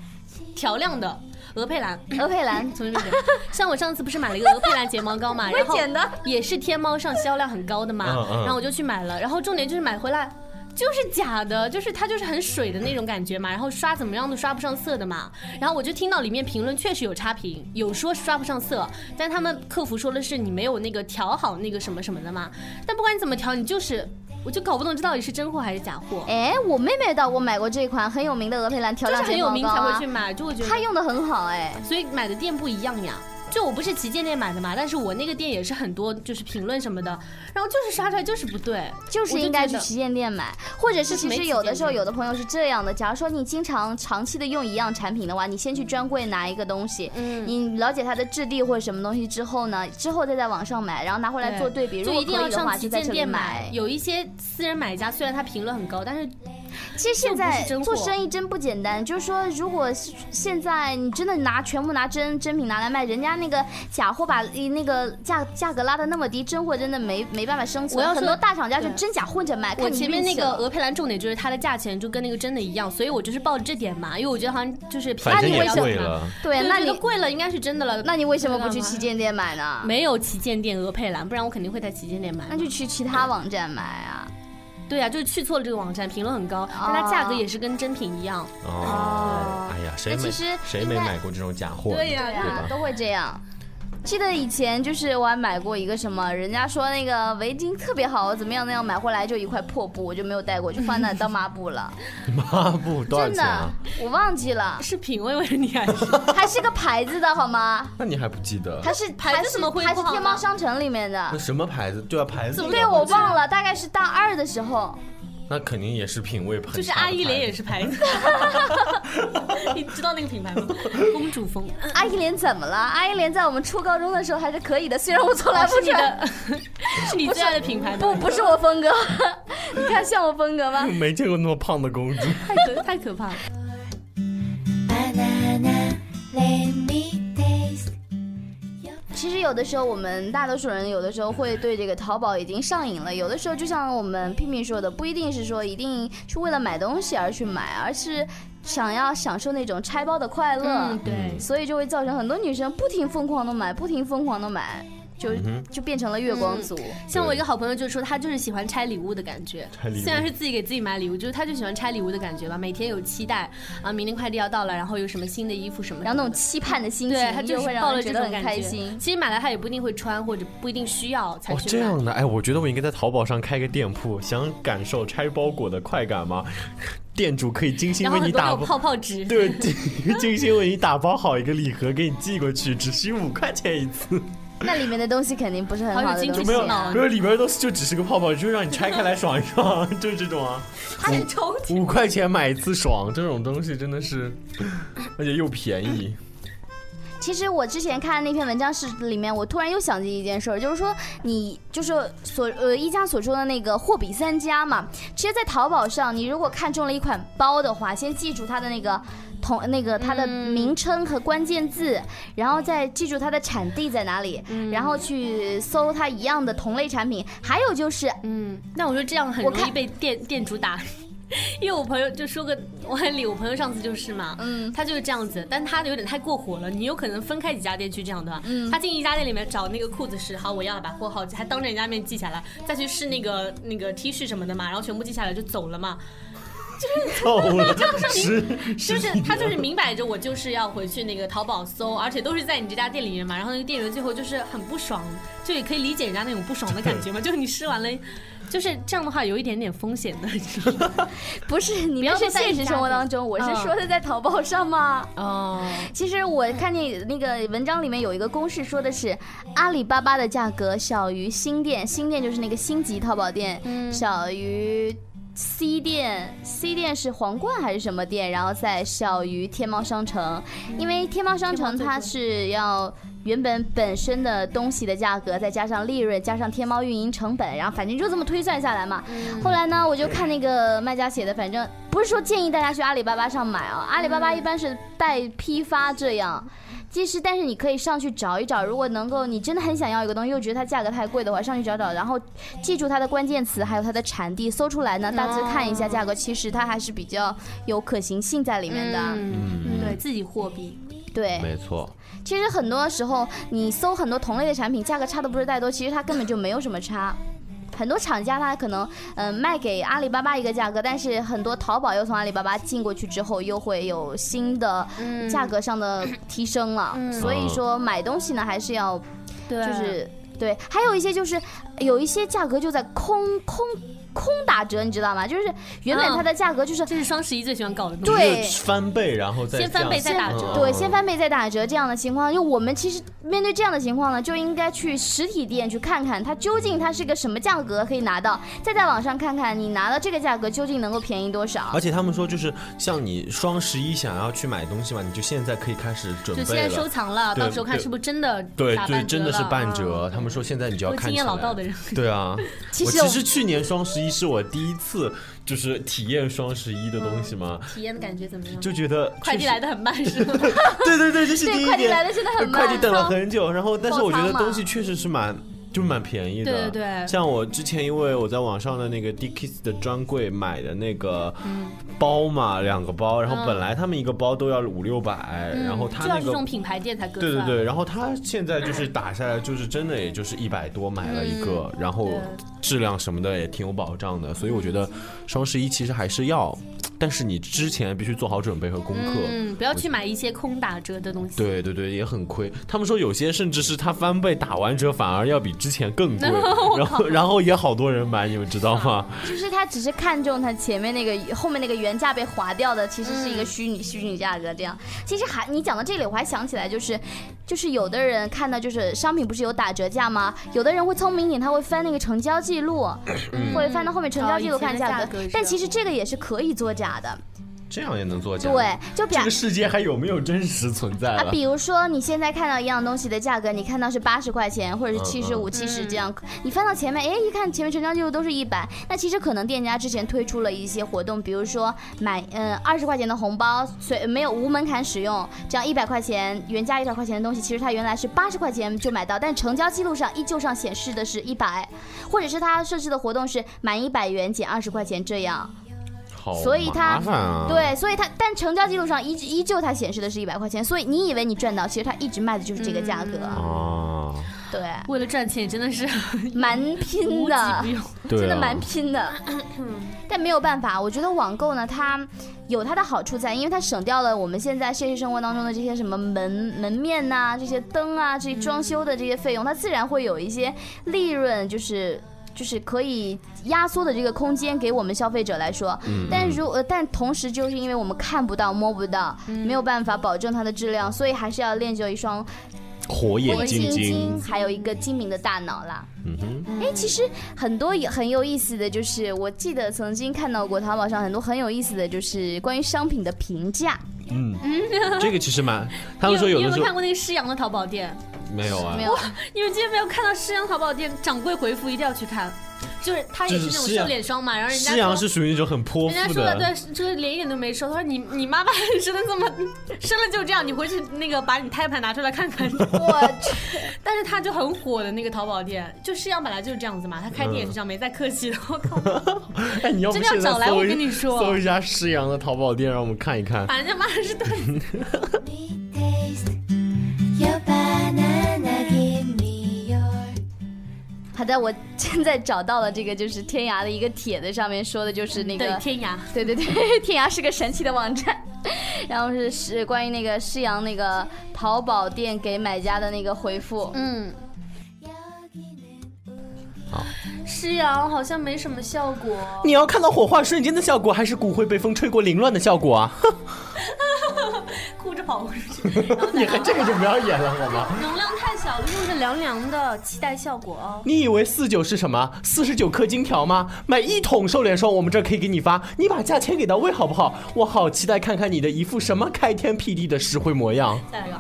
Speaker 4: 调亮的鹅佩兰。
Speaker 2: 欧佩兰，
Speaker 4: 从这 边讲，像我上次不是买了一个鹅佩兰睫毛膏嘛，然后
Speaker 2: 捡的
Speaker 4: 也是天猫上销量很高的嘛，
Speaker 3: 嗯嗯
Speaker 4: 然后我就去买了，然后重点就是买回来。就是假的，就是它就是很水的那种感觉嘛，然后刷怎么样都刷不上色的嘛。然后我就听到里面评论确实有差评，有说刷不上色，但他们客服说的是你没有那个调好那个什么什么的嘛。但不管你怎么调，你就是我就搞不懂这到底是真货还是假货，
Speaker 2: 哎，我妹妹到我买过这款很有名的鹅佩兰调
Speaker 4: 就是
Speaker 2: 亮
Speaker 4: 很
Speaker 2: 睫
Speaker 4: 有
Speaker 2: 毛
Speaker 4: 名
Speaker 2: 膏
Speaker 4: 才会
Speaker 2: 啊
Speaker 4: 去，买，就我觉得
Speaker 2: 她用的很好哎。
Speaker 4: 所以买的店不一样呀。就我不是旗舰店买的嘛，但是我那个店也是很多就是评论什么的，然后就是刷出来就是不对，
Speaker 2: 就是应该去旗舰店买，或者是
Speaker 4: 就是
Speaker 2: 其
Speaker 4: 没
Speaker 2: 实
Speaker 4: 旗
Speaker 2: 有的
Speaker 4: 舰
Speaker 2: 时候
Speaker 4: 店
Speaker 2: 有的朋友是这样的，假如说你经常长期的用一样产品的话，你先去专柜拿一个东西，
Speaker 4: 嗯
Speaker 2: 你了解它的质地或者什么东西之后呢，之后再在网上买，然后拿回来做对比，
Speaker 4: 就
Speaker 2: 如果
Speaker 4: 一定
Speaker 2: 可
Speaker 4: 要
Speaker 2: 以的
Speaker 4: 上
Speaker 2: 话
Speaker 4: 旗
Speaker 2: 就在
Speaker 4: 舰
Speaker 2: 这里
Speaker 4: 店
Speaker 2: 买。
Speaker 4: 有一些私人买家虽然他评论很高，但是
Speaker 2: 其实现
Speaker 4: 就不是
Speaker 2: 在
Speaker 4: 真
Speaker 2: 做
Speaker 4: 货
Speaker 2: 生意真不简单，就是说，如果是现在你真的拿全部拿真真品拿来卖，人家那个假货把一那个价价格拉的那么低，真货真的没没办法生存。
Speaker 4: 我要
Speaker 2: 很
Speaker 4: 说
Speaker 2: 多大厂家是
Speaker 4: 对
Speaker 2: 真假混着卖，
Speaker 4: 我
Speaker 2: 看你
Speaker 4: 前面
Speaker 2: 运
Speaker 4: 那
Speaker 2: 气
Speaker 4: 个
Speaker 2: 了
Speaker 4: 鹅佩兰重点就是它的价钱就跟那个真的一样，所以我就是抱着这点嘛，因为我觉得好像就是
Speaker 3: 反正
Speaker 2: 那你为
Speaker 3: 也
Speaker 2: 什么
Speaker 3: 贵了，
Speaker 2: 对，
Speaker 4: 对，
Speaker 2: 那
Speaker 4: 我觉得
Speaker 2: 你
Speaker 4: 贵了应该是真的了，
Speaker 2: 那你为什么不去
Speaker 4: 知道吗
Speaker 2: 旗舰店买呢？，
Speaker 4: 没有旗舰店鹅佩兰，不然我肯定会在旗舰店买。
Speaker 2: 那就去其他网站买啊。
Speaker 4: 对呀、就是去错了这个网站，评论很高，但它价格也是跟真品一样。
Speaker 3: 哦，哎呀，谁
Speaker 2: 那其
Speaker 3: 没
Speaker 2: 实
Speaker 3: 谁
Speaker 2: 应
Speaker 3: 没
Speaker 2: 该
Speaker 3: 买过这种假货？
Speaker 4: 对 呀
Speaker 2: 对
Speaker 4: 对
Speaker 2: 啊
Speaker 3: 吧，
Speaker 2: 都会这样。记得以前就是我还买过一个什么，人家说那个围巾特别好，怎么样那样，买回来就一块破布，我就没有带过，就放那当抹布 了。
Speaker 3: 抹布多少
Speaker 2: 真
Speaker 3: 钱
Speaker 2: 的
Speaker 3: 啊？，
Speaker 2: 我忘记了，
Speaker 4: 是品味问题还是？
Speaker 2: 还是个牌子的好吗？
Speaker 3: 那你还不记得？
Speaker 2: 它是
Speaker 4: 牌子
Speaker 2: 还是
Speaker 4: 怎么会
Speaker 2: 还
Speaker 4: 不
Speaker 2: 是
Speaker 4: 好
Speaker 2: 天猫
Speaker 4: 吗
Speaker 2: 商城里面
Speaker 3: 那
Speaker 2: 的？
Speaker 3: 什么牌子？对啊，牌子。
Speaker 2: 对，我忘了，大概是大二的时候。
Speaker 3: 那肯定也是品味很差的
Speaker 4: 就是阿依莲也
Speaker 3: 牌
Speaker 4: 是牌子， 你知道那个品牌吗？公主风，
Speaker 2: 阿依莲怎么了？阿依莲在我们初高中的时候还是可以的，虽然我从来不
Speaker 4: 哦是你
Speaker 2: 穿。
Speaker 4: 的， 是你最爱的品牌
Speaker 2: 不，
Speaker 4: 吗？
Speaker 2: 不是我风格， 你看像我风格吗
Speaker 3: 子，？ 没见过那么胖的公主。
Speaker 4: 太可太可怕了。
Speaker 1: banana, let me taste.
Speaker 2: 其实有的时候，我们大多数人有的时候会对这个淘宝已经上瘾了。有的时候，就像我们拼拼说的，不一定是说一定是为了买东西而去买，而是想要享受那种拆包的快乐，
Speaker 4: 嗯，对，
Speaker 2: 所以就会造成很多女生不停疯狂的买，不停疯狂的买，就、
Speaker 4: 嗯
Speaker 2: 就变成了月光族。
Speaker 4: 像我一个好朋友就说，他就是喜欢拆礼物的感觉
Speaker 3: 拆礼，物
Speaker 4: 虽然是自己给自己买礼物，就是他就喜欢拆礼物的感觉吧。每天有期待啊，明天快递要到了，然后有什么新的衣服什么的，
Speaker 2: 然后那种期盼的心
Speaker 4: 对他
Speaker 2: 情，
Speaker 4: 就
Speaker 2: 就是会让
Speaker 4: 抱
Speaker 2: 人
Speaker 4: 着
Speaker 2: 觉
Speaker 4: 这
Speaker 2: 得很
Speaker 4: 种感
Speaker 2: 开
Speaker 4: 觉。
Speaker 2: 心。
Speaker 4: 其实买来他也不一定会穿，或者不一定需要才
Speaker 3: 哦，
Speaker 4: 去
Speaker 3: 这
Speaker 4: 买。
Speaker 3: 样的，哎，我觉得我应该在淘宝上开个店铺，想感受拆包裹的快感吗？ 店主可以精心
Speaker 4: 然后
Speaker 3: 为
Speaker 4: 很
Speaker 3: 你
Speaker 4: 多那
Speaker 3: 打
Speaker 4: 种
Speaker 3: 包，
Speaker 4: 泡泡纸，
Speaker 3: 对，精精心为你打包好一个礼盒给你寄过去，只需五块钱一次。
Speaker 2: 那里面的东西肯定不是很
Speaker 4: 好有
Speaker 2: 好的
Speaker 4: 精
Speaker 2: 东
Speaker 4: 准
Speaker 3: 没
Speaker 2: 西
Speaker 3: 有
Speaker 4: 头脑
Speaker 2: 啊
Speaker 4: 啊。
Speaker 3: 没有，里边都是就只是个泡泡，就是让你拆 开来爽一爽，就是这种啊。
Speaker 4: 它是抽屉。
Speaker 3: 五块钱买一次爽，这种东西真的是，而且又便 宜。
Speaker 2: 其实我之前看那篇文章是里面，我突然又想起一件事儿，就是说你就是所呃一家所说的那个货比三家嘛。其实，在淘宝上，你如果看中了一款包的话，先记住它的那个。同那个它的名称和关键字，
Speaker 4: 嗯
Speaker 2: 然后再记住它的产地在哪里，然后去搜它一样的同类产品。还有就是，
Speaker 4: 嗯，那我说这样很
Speaker 2: 我
Speaker 4: 容易
Speaker 2: 看
Speaker 4: 被店店主打。因为我朋友就说个我很理，我朋友上次就是嘛，
Speaker 2: 嗯
Speaker 4: 他就是这样子，但他有点太过火了，你有可能分开几家店去这样的，
Speaker 2: 嗯
Speaker 4: 他进一家店里面找那个裤子试，好我要了把货号还当着人家面记下来，再去试那个那个 T 恤什么的嘛，然后全部记下来就走了嘛，
Speaker 3: 够了，十
Speaker 4: 就是他就是明摆着我就是要回去那个淘宝搜，而且都是在你这家店里面嘛，然后那个店员最后就是很不爽，就也可以理解人家那种不爽的感觉嘛，就是你试完了，就是这样的话有一点点风险的，你 知道吗
Speaker 2: 不是你
Speaker 4: 不要
Speaker 2: 们是
Speaker 4: 说在
Speaker 2: 现实
Speaker 4: 家
Speaker 2: 生活
Speaker 4: 里
Speaker 2: 当中，我是
Speaker 4: 嗯
Speaker 2: 说的在淘宝上嘛。
Speaker 4: 哦，
Speaker 2: 其实我看见那个文章里面有一个公式，说的是阿里巴巴的价格小于新店，新店就是那个星级淘宝店，
Speaker 4: 嗯
Speaker 2: 小于 C 店，C 店是皇冠还是什么店，然后再小于天猫商城，因为天猫商城
Speaker 4: 天猫最贵
Speaker 2: 它是要。原本本身的东西的价格，再加上利润，加上天猫运营成本，然后反正就这么推算下来嘛。后来呢，我就看那个卖家写的，反正不是说建议大家去阿里巴巴上买啊，阿里巴巴一般是代批发这样。其实，但是你可以上去找一找，如果能够你真的很想要一个东西，又觉得它价格太贵的话，上去找找，然后记住它的关键词，还有它的产地，搜出来呢，大致看一下价格，其实它还是比较有可行性在里面的。
Speaker 4: 嗯，对自己货币，
Speaker 2: 对，
Speaker 3: 没错，
Speaker 2: 其实很多时候你搜很多同类的产品，价格差的不是太多，其实它根本就没有什么差。很多厂家它可能嗯、呃卖给阿里巴巴一个价格，但是很多淘宝又从阿里巴巴进过去之后，又会有新的价格上的提升了。所以说买东西呢，还是要
Speaker 4: 对
Speaker 2: 就是呃对，还有一些就是有一些价格就在空空空打折，你知道吗？就是原本
Speaker 4: 嗯
Speaker 2: 它的价格就是
Speaker 4: 这是双十一最喜欢搞的东西。
Speaker 2: 对
Speaker 3: 就是翻倍然后再
Speaker 4: 先翻倍
Speaker 3: 这
Speaker 4: 再
Speaker 3: 样
Speaker 4: 打折
Speaker 3: 嗯
Speaker 2: 对，先翻倍再打折这样的情况，因为我们其实面对这样的情况呢，就应该去实体店去看看它究竟它是个什么价格可以拿到，再在网上看看你拿到这个价格究竟能够便宜多少
Speaker 4: 啊
Speaker 3: 而。且他们说，就是像你双十一想要去买东西嘛，你就现在可以开始准
Speaker 4: 就现
Speaker 3: 备
Speaker 4: 在收
Speaker 3: 了。
Speaker 4: 藏了，
Speaker 3: 对
Speaker 4: 到时候看是不是真的
Speaker 3: 对
Speaker 4: 打
Speaker 3: 对，
Speaker 4: 半折
Speaker 3: 真的是
Speaker 4: 了
Speaker 3: 半
Speaker 4: 啊
Speaker 3: 折。他们说现在你就要
Speaker 4: 我
Speaker 3: 看
Speaker 4: 经
Speaker 3: 起
Speaker 4: 验
Speaker 3: 来。
Speaker 4: 老道的人，
Speaker 3: 对 啊，
Speaker 2: 其
Speaker 3: 我
Speaker 2: 实
Speaker 3: 其
Speaker 2: 我
Speaker 3: 实去年双十一是我第一次就是体验双十一的东西嘛，
Speaker 4: 体验的感觉怎么样？
Speaker 3: 就觉得
Speaker 4: 嗯快递
Speaker 3: 确实
Speaker 4: 来的很 慢是吗？
Speaker 3: 对对对，这是
Speaker 2: 对
Speaker 3: 第一
Speaker 2: 快
Speaker 3: 点。
Speaker 2: 递来得真的很慢
Speaker 3: 快递等了很久，然后但是我觉
Speaker 2: 爆
Speaker 3: 得
Speaker 2: 仓嘛
Speaker 3: 东西确实是蛮。就蛮便宜的，
Speaker 4: 对对对
Speaker 3: 像我之前因为我在网上的那个 Dickies 的专柜买的那个
Speaker 4: 嗯
Speaker 3: 包嘛，两个包，然后本来他们一个包都要五六百，然后他
Speaker 4: 嗯就要
Speaker 3: 那
Speaker 4: 是这
Speaker 3: 个
Speaker 4: 种品牌店才割
Speaker 3: 对对
Speaker 4: 算。
Speaker 3: 对，然后它现在就是打下来，就是真的也就是一百多买了一个，然后
Speaker 4: 嗯对嗯
Speaker 3: 质量什么的也挺有保障的，所以我觉得双十一其实还是要，但是你之前必须做好准备和功课。
Speaker 4: 嗯，不要去买一些空打折的东西。
Speaker 3: 对对对，也很亏。他们说有些甚至是它翻倍打完折，反而要比之前更 贵。然后然后也好多人买，你们知道吗？
Speaker 2: 就是他只是看中他前面那个后面那个原价被划掉的，其实是一个虚拟、虚拟价格这样。其实还你讲到这里，我还想起来就是，就是有的人看到就是商品不是有打折价吗？有的人会聪明一点，他会翻那个成交记录，会翻到后面成交记录
Speaker 4: 哦以前
Speaker 2: 看
Speaker 4: 的
Speaker 2: 价
Speaker 4: 价
Speaker 2: 格
Speaker 4: 格是，
Speaker 2: 但其实这个也是可以作假的。
Speaker 3: 这样也能做假？
Speaker 2: 对，，就比
Speaker 3: 这个世界还有没有真实存在
Speaker 2: 啊，
Speaker 3: 了？
Speaker 2: 比如说你现在看到一样东西的价格，你看到是八十块钱或者是
Speaker 3: 嗯
Speaker 2: 七十五、七十这样，你翻到前面，哎，一看前面成交记录都是一百，那其实可能店家之前推出了一些活动，比如说买嗯二十块钱的红包，随没有无门槛使用，这样一百块钱原价一百块钱的东西，其实它原来是八十块钱就买到，但成交记录上依旧上显示的是一百，或者是它设置的活动是满一百元减二十块钱这样。
Speaker 3: 好
Speaker 2: 所以它
Speaker 3: 麻烦啊！，
Speaker 2: 对，所以它但成交记录上依依旧它显示的是一百块钱，所以你以为你赚到，其实它一直卖的就是这个价格，
Speaker 3: 啊，
Speaker 2: 对，
Speaker 4: 为了赚钱，真的是
Speaker 2: 蛮
Speaker 4: 无
Speaker 2: 拼
Speaker 4: 奇
Speaker 2: 的
Speaker 4: 不，用。
Speaker 3: 对
Speaker 2: 真的
Speaker 3: 啊
Speaker 2: 蛮拼 的。但没有办法，我觉得网购呢，它有它的好处在，因为它省掉了我们现在现实生活当中的这些什么门门面呐、这些灯啊、这些装修的这些费用，它自然会有一些利润，就是。就是可以压缩的这个空间给我们消费者来说，
Speaker 3: 嗯
Speaker 2: 但如呃，但同时就是
Speaker 3: 嗯
Speaker 2: 因为我们看不到、摸不到，没有办法保证它的质量，所以还是要练就一双
Speaker 3: 火眼金睛，
Speaker 2: 还有一个精明的大脑啦。
Speaker 3: 嗯哼，
Speaker 2: 哎，其实很多也很有意思的就是，我记得曾经看到过淘宝上很多很有意思的就是关于商品的评价。
Speaker 3: 这个其实 蛮，他们说有
Speaker 4: 你有
Speaker 3: 的
Speaker 4: 没
Speaker 3: 时
Speaker 4: 有看
Speaker 3: 候
Speaker 4: 过那个施洋的淘宝店？
Speaker 3: 没有啊
Speaker 2: 没，有，
Speaker 4: 你们今天没有看到施洋淘宝店掌柜回复，一定要去看，就是他也是那种
Speaker 3: 就是施洋
Speaker 4: 瘦脸霜嘛，然后人家
Speaker 3: 施阳
Speaker 4: 说。
Speaker 3: 是属于那种很泼
Speaker 4: 人家
Speaker 3: 妇
Speaker 4: 说了，
Speaker 3: 的，
Speaker 4: 对，就是连一点都没瘦。他说你你妈 妈生的这么，生了就这样，你回去那个把你胎盘拿出来看 看。
Speaker 2: 我
Speaker 4: 但是他就很火的那个淘宝店，就施洋本来就是这样子嘛，他开店也是这样，没再客气的。 我靠，
Speaker 3: 哎，你要不
Speaker 4: 真的要
Speaker 3: 现在
Speaker 4: 找来
Speaker 3: 搜
Speaker 4: 我
Speaker 3: 一
Speaker 4: 跟你说啊
Speaker 3: 搜一下施阳的淘宝店，让我们看一看。
Speaker 4: 把人家骂的是段子。
Speaker 1: Me taste your banana, give me your
Speaker 2: 好的，我现在找到了这个，就是天涯的一个帖子，上面说的就是那
Speaker 4: 对
Speaker 2: 个，
Speaker 4: 天涯，
Speaker 2: 对对对， 天涯是个神奇的网站。 然后是是关于那个施阳那个淘宝店给买家的那个回复，
Speaker 4: 嗯，施洋好像没什么效果。
Speaker 3: 你要看到火化瞬间的效果，还是骨灰被风吹过凌乱的效果啊？
Speaker 4: 哭着跑回去，然后 再
Speaker 3: 你还这个就不要演了好吗？
Speaker 4: 容量太小了，用着凉凉的，期待效果哦。
Speaker 3: 你以为四九是什么？四十九颗金条吗？买一桶瘦脸霜，我们这儿可以给你发，你把价钱给到位好不好？我好期待看看你的一副什么开天辟地的实惠模样。
Speaker 4: 再来一个。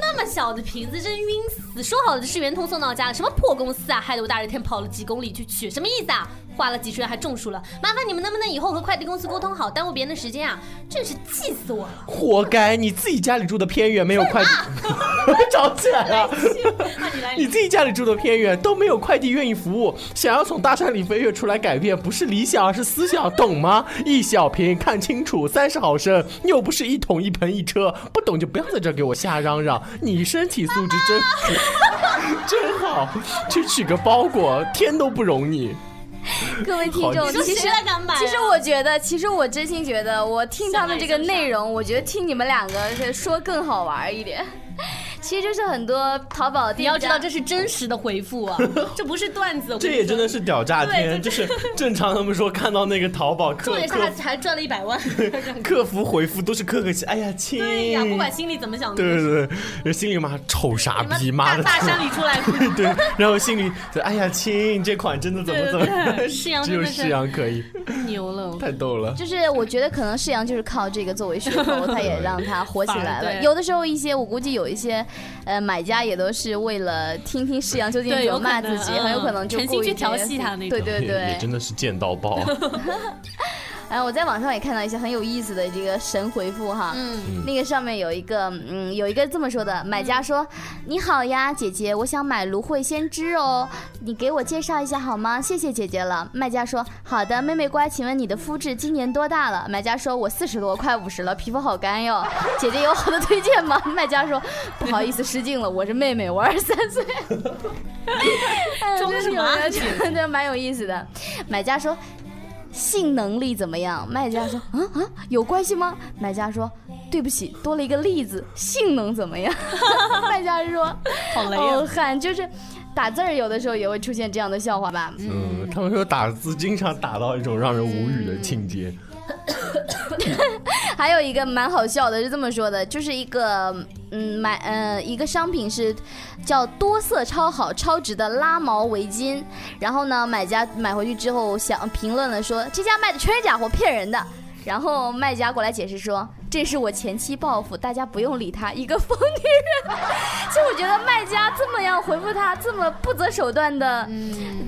Speaker 4: 那么小的瓶子真晕死！说好的是圆筒送到家，什么破公司啊，害得我大热天跑了几公里去取，什么意思啊？花了几十元还中暑了，麻烦你们能不能以后和快递公司沟通好，耽误别人的时间啊！真是气死我 了！
Speaker 3: 活该，你自己家里住的偏远，没有快递， 吵起来了。
Speaker 4: 那你来
Speaker 3: 你自己家里住的偏远，都没有快递愿意服务，想要从大山里飞跃出来改变，不是理想，而是思想，懂吗？一小瓶，看清楚，三十毫升，又不是一桶一盆一车，不懂就不要在这儿给我瞎嚷嚷。你身体素质真 真好，去取个包裹，天都不容你。
Speaker 2: 各位听
Speaker 3: 好
Speaker 2: 众，
Speaker 3: 你
Speaker 4: 说
Speaker 2: 其实
Speaker 4: 谁来敢买啊
Speaker 2: 其实我觉得，其实我真心觉得，我听他们这个内容，我觉得听你们两个是说更好玩一点。 其实就是很多淘宝
Speaker 4: 你
Speaker 2: 店家，
Speaker 4: 要知道这是真实的回复啊， 这不是段子。我跟
Speaker 3: 这
Speaker 4: 你
Speaker 3: 也
Speaker 4: 说
Speaker 3: 真的是屌炸天，
Speaker 4: 天
Speaker 3: 就是正常他们说看到那个淘宝客
Speaker 4: 重点是
Speaker 3: 客
Speaker 4: 他还赚了一 百万。
Speaker 3: 客服回复都是客客气，哎呀亲，
Speaker 4: 对呀，不管心里怎么想，
Speaker 3: 对对对，人心里骂丑傻逼，
Speaker 4: 你们
Speaker 3: 妈
Speaker 4: 大
Speaker 3: 的
Speaker 4: 大山里出来 哭。
Speaker 3: 对，然后心里就哎呀亲，这款真的怎么怎么，
Speaker 4: 对对对 世阳
Speaker 3: 只
Speaker 4: 真
Speaker 3: 有
Speaker 4: 的是
Speaker 3: 世阳可以，
Speaker 4: 牛了，
Speaker 3: 太逗了。
Speaker 2: 就是我觉得可能世阳就是靠这个作为噱头，他也让他火起来
Speaker 4: 反而
Speaker 2: 了。
Speaker 4: 对
Speaker 2: 有的时候一些我估计有一些，呃，买家也都是为了听听世阳究竟
Speaker 4: 对
Speaker 2: 怎么
Speaker 4: 有可
Speaker 2: 骂自
Speaker 4: 能
Speaker 2: 己，
Speaker 4: 嗯
Speaker 2: 很有可能就
Speaker 4: 诚心
Speaker 2: 故意
Speaker 4: 去
Speaker 2: 这
Speaker 4: 调
Speaker 2: 样
Speaker 4: 戏
Speaker 2: 子
Speaker 4: 他那
Speaker 2: 对
Speaker 4: 种
Speaker 2: 对对
Speaker 3: 也，真的是贱到爆。
Speaker 2: 哎，我在网上也看到一些很有意思的这个神回复哈，
Speaker 4: 嗯
Speaker 2: 那个上面有一个，嗯，有一个这么说的，买家说：“你好呀，姐姐，我想买芦荟先知哦，你给我介绍一下好吗？谢谢姐姐了。”卖家说：“好的，妹妹乖，请问你的肤质今年多大了？”买家说：“我四十多，快五十了，皮肤好干哟。” 姐姐有好的推荐吗？ 卖家说：“不好意思，失敬了，我是妹妹，我二十三岁。” 哎
Speaker 4: 装
Speaker 2: 真
Speaker 4: 什
Speaker 2: 是有
Speaker 4: 么啊
Speaker 2: 人觉得这蛮有意思的。买家说。性能力怎么样？卖家说：“啊啊，有关系吗？”买家说：“对不起，多了一个例子，性能怎么样？” 卖家说
Speaker 4: 好：“雷
Speaker 2: 哦，
Speaker 4: 啊！
Speaker 2: 喊就是打字儿，有的时候也会出现这样的笑话吧？
Speaker 3: 嗯，他们说打字经常打到一种让人无语的境界。
Speaker 2: 还有一个蛮好笑的，是这么说的，就是一个嗯买呃一个商品是叫多色超好超值的拉毛围巾，然后呢买家买回去之后想评论了说这家卖的全是假货骗人的，然后卖家过来解释说这是我前妻报复，大家不用理他，一个疯女人。 其实我觉得卖家这么样回复他，这么不择手段的，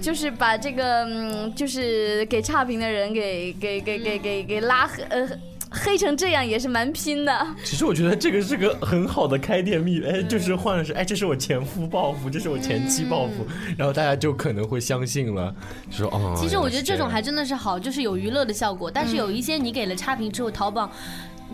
Speaker 2: 就是把这个嗯就是给差评的人给给给给给给拉黑呃。黑成这样也是蛮拼的，
Speaker 3: 其实我觉得这个是个很好的开店秘，哎，就是换了是，哎，这是我前夫报复，这是我前妻报复，然后大家就可能会相信了，就说哦。
Speaker 4: 嗯其实我觉得这种还
Speaker 3: 原来
Speaker 4: 真的是好，就是有娱乐的效果。但
Speaker 3: 嗯
Speaker 4: 是有一些你给了差评之后，淘宝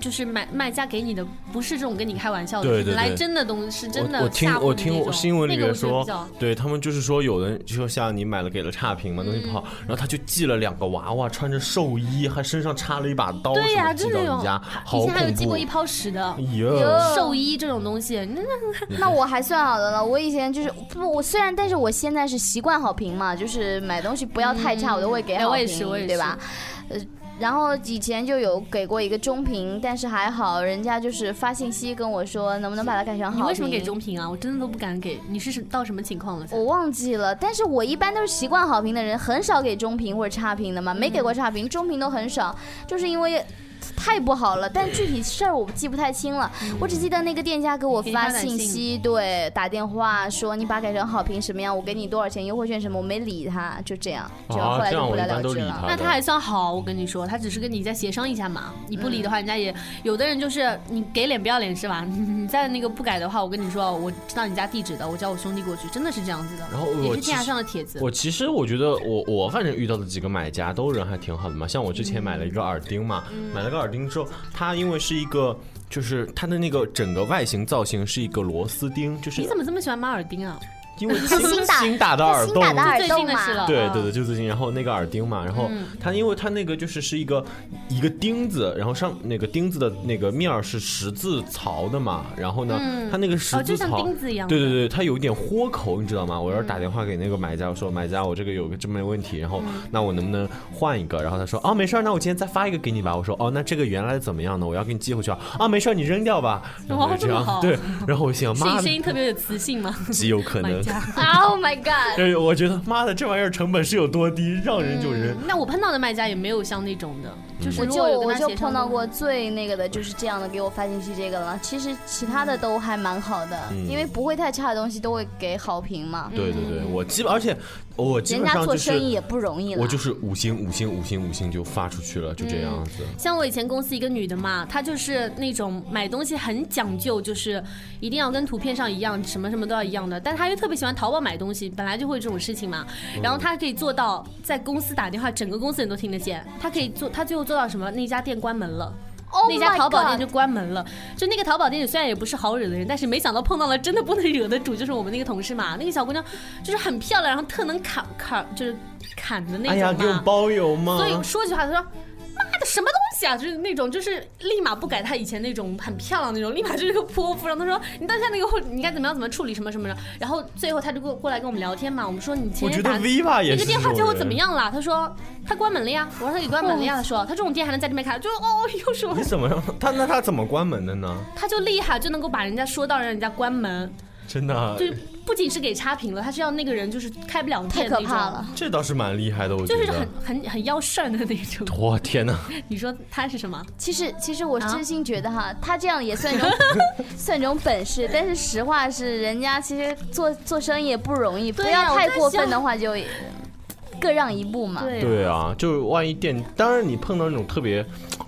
Speaker 4: 就是买卖家给你的不是这种跟你开玩笑的，
Speaker 3: 对对对
Speaker 4: 来真的东西是
Speaker 3: 是这样
Speaker 4: 真的
Speaker 3: 我我听
Speaker 4: 吓唬你
Speaker 3: 我听
Speaker 4: 那
Speaker 3: 我
Speaker 4: 种
Speaker 3: 新闻里
Speaker 4: 那个
Speaker 3: 面
Speaker 4: 我觉得
Speaker 3: 说
Speaker 4: 比较，
Speaker 3: 对他们就是说有人就像你买了给了差评嘛，东西不好，
Speaker 4: 嗯
Speaker 3: 然后他就寄了两个娃娃，穿着寿衣，还身上插了一把刀，
Speaker 4: 对
Speaker 3: 什
Speaker 4: 呀、
Speaker 3: 么
Speaker 4: 就
Speaker 3: 寄
Speaker 4: 是
Speaker 3: 到
Speaker 4: 那
Speaker 3: 你
Speaker 4: 种
Speaker 3: 家，好
Speaker 4: 以前还有
Speaker 3: 恐
Speaker 4: 寄
Speaker 3: 怖嗯哎
Speaker 4: 过一！泡屎的。
Speaker 3: 哟，
Speaker 4: 寿衣这种东西，那 那
Speaker 2: 那我还算好的了。我以前就是不，我虽然，但是我现在是习惯好评嘛，就是买东西不要太差，我都会给
Speaker 4: 哎
Speaker 2: 好
Speaker 4: 我
Speaker 2: 评，
Speaker 4: 也是我也是
Speaker 2: 对吧？呃，然后以前就有给过一个中评，但是还好，人家就是发信息跟我说能不能把它改成好
Speaker 4: 你
Speaker 2: 评。
Speaker 4: 为什么给中？评啊？我真的都不敢给。你是什到什么情况了？
Speaker 2: 我忘记了，但是我一般都是习惯好评的人，很少给中评或者差评的嘛，没给过差评，中评都很少，就是因为。太不好了，但具体事儿我记不太清了，我只记得那个店家给我
Speaker 4: 给你发
Speaker 2: 发
Speaker 4: 短
Speaker 2: 信
Speaker 4: 信
Speaker 2: 息，对，打电话说你把它改成好评什么样，我给你多少钱优惠券什么，我没理他，就这样，就
Speaker 3: 啊
Speaker 2: 后来
Speaker 3: 这
Speaker 2: 就
Speaker 3: 样
Speaker 2: 不
Speaker 3: 我
Speaker 2: 了
Speaker 3: 一般
Speaker 2: 了
Speaker 3: 都
Speaker 2: 之
Speaker 3: 理
Speaker 2: 了。
Speaker 3: 他
Speaker 4: 那他还算好，我跟你说，他只是跟你再协商一下嘛。
Speaker 3: 嗯
Speaker 4: 你不理的话，人家也有的人就是你给脸不要脸是吧？ 你再那个不改的话，我跟你说，我知道你家地址的，我叫我兄弟过去，真的是这样子的。
Speaker 3: 然后
Speaker 4: 也
Speaker 3: 我
Speaker 4: 是
Speaker 3: 其
Speaker 4: 天涯
Speaker 3: 实
Speaker 4: 上的帖子，
Speaker 3: 我其实我觉得我我反正遇到的几个买家都人还挺好的嘛，像我之前买了一
Speaker 4: 嗯
Speaker 3: 个耳钉嘛，买了个耳钉之后，它因为是一个就是它的那个整个外形造型是一个螺丝钉，就是
Speaker 4: 你怎么这么喜欢马尔丁啊？
Speaker 3: 因为
Speaker 2: 新打
Speaker 3: 新打的耳
Speaker 2: 新
Speaker 3: 洞
Speaker 2: 打的耳
Speaker 4: 最
Speaker 2: 洞
Speaker 4: 近的
Speaker 2: 嘛
Speaker 4: 事了，
Speaker 3: 对
Speaker 4: 嗯
Speaker 3: 对对，就最近，然后那个耳钉嘛，然后它因为它那个就是是一个一个钉子，然后上那个钉子的那个面儿是十字槽的嘛，然后呢，它那个十
Speaker 4: 哦，就
Speaker 3: 字
Speaker 4: 像
Speaker 3: 槽。
Speaker 4: 钉子一样。嗯
Speaker 3: 对对对，它有一点豁口，你知道吗？我要是打电话给那个买家，我说买家，我这个有个这么问题，然后那我能不能换一个？然后他说哦没事儿，那我今天再发一个给你吧。我说哦那这个原来怎么样呢？我要给你寄回去啊。啊没事儿，你扔掉吧。然后
Speaker 4: 哇
Speaker 3: 就
Speaker 4: 这
Speaker 3: 这
Speaker 4: 么
Speaker 3: 样
Speaker 4: 好
Speaker 3: 对，然后我想
Speaker 4: 是
Speaker 3: 妈
Speaker 4: 你声音特别有磁性 吗？
Speaker 3: 极有可
Speaker 4: 买
Speaker 3: 能。
Speaker 4: 家。
Speaker 2: Oh my god！
Speaker 3: 对，我觉得妈的这玩意儿成本是有多低，让人就扔。
Speaker 4: 那我碰到的卖家也没有像那种的，就是
Speaker 2: 我
Speaker 4: 如
Speaker 2: 就
Speaker 4: 果有
Speaker 2: 嗯我
Speaker 4: 跟他
Speaker 2: 就
Speaker 4: 协商
Speaker 2: 碰到
Speaker 4: 的
Speaker 2: 过最那个的就是这样的，给我发信息这个了。其实其他的都还蛮好的，因为不会太差的东西都会给好评
Speaker 4: 嗯
Speaker 2: 嘛。
Speaker 3: 对对对，我基本而且我基
Speaker 2: 人
Speaker 3: 本
Speaker 2: 家
Speaker 3: 上
Speaker 2: 做
Speaker 3: 就
Speaker 2: 生意
Speaker 3: 是
Speaker 2: 也不容易了。
Speaker 3: 我就是五星五星五星五星就发出去了，就这样子。
Speaker 4: 像我以前公司一个女的嘛，她就是那种买东西很讲究，就是一定要跟图片上一样，什么什么都要一样的。但她又特别喜欢淘宝买东西，本来就会有这种事情嘛。
Speaker 3: 嗯
Speaker 4: 然后她可以做到在公司打电话，整个公司人都听得见。她可以做，她最后做到什么？那家店关门了。
Speaker 2: Oh
Speaker 4: 那家
Speaker 2: my
Speaker 4: 淘宝店
Speaker 2: god
Speaker 4: 就关门了。就那个淘宝店虽然也不是好惹的人，但是没想到碰到了真的不能惹得住，就是我们那个同事嘛，那个小姑娘就是很漂亮，然后特能砍砍，就是砍的那种嘛。
Speaker 3: 哎呀，给我包邮
Speaker 2: 嗯
Speaker 3: 嘛！
Speaker 4: 所以说句话，他说。妈的，什么东西啊！就是那种，就是立马不改他以前那种很漂亮的那种，立马就是个泼妇。然后他说：“你当下那个会，你该怎么样怎么处理什么什么的。”然后最后他就过过来跟我们聊天嘛。我们说：“你前
Speaker 3: 我觉
Speaker 4: 天打
Speaker 3: 得 Viva 也是
Speaker 4: 那个
Speaker 3: 这
Speaker 4: 电
Speaker 3: 种
Speaker 4: 话
Speaker 3: 人
Speaker 4: 最后怎么？样了？”他说：“他关门了呀。”我说：“他给关门了呀。”他说：“他这种店还能在这边开？”就哦，又是我
Speaker 3: 你，怎么 让他？那他怎么关门的呢？
Speaker 4: 他就厉害，就能够把人家说到让人家关门，
Speaker 3: 真的啊
Speaker 4: 就，是不仅是给差评了，他是让那个人就是开不了
Speaker 2: 太
Speaker 4: 店
Speaker 2: 可
Speaker 4: 那
Speaker 2: 怕
Speaker 4: 种
Speaker 2: 了，，
Speaker 3: 这倒是蛮厉害的，我觉
Speaker 4: 就
Speaker 3: 得。
Speaker 4: 是很很很要事儿的那种。
Speaker 3: 我天哪！
Speaker 4: 你说他是什么？
Speaker 2: 其实其实我
Speaker 4: 啊
Speaker 2: 真心觉得哈，他这样也算一 种算一种本事，但是实话是，人家其实做做生意也不容易，不
Speaker 4: 对呀
Speaker 2: 要
Speaker 4: 我
Speaker 2: 太
Speaker 4: 在
Speaker 2: 过
Speaker 4: 想
Speaker 2: 分的话就各让一步嘛。
Speaker 4: 对
Speaker 3: 对啊，就万一店，当然你碰到那种特别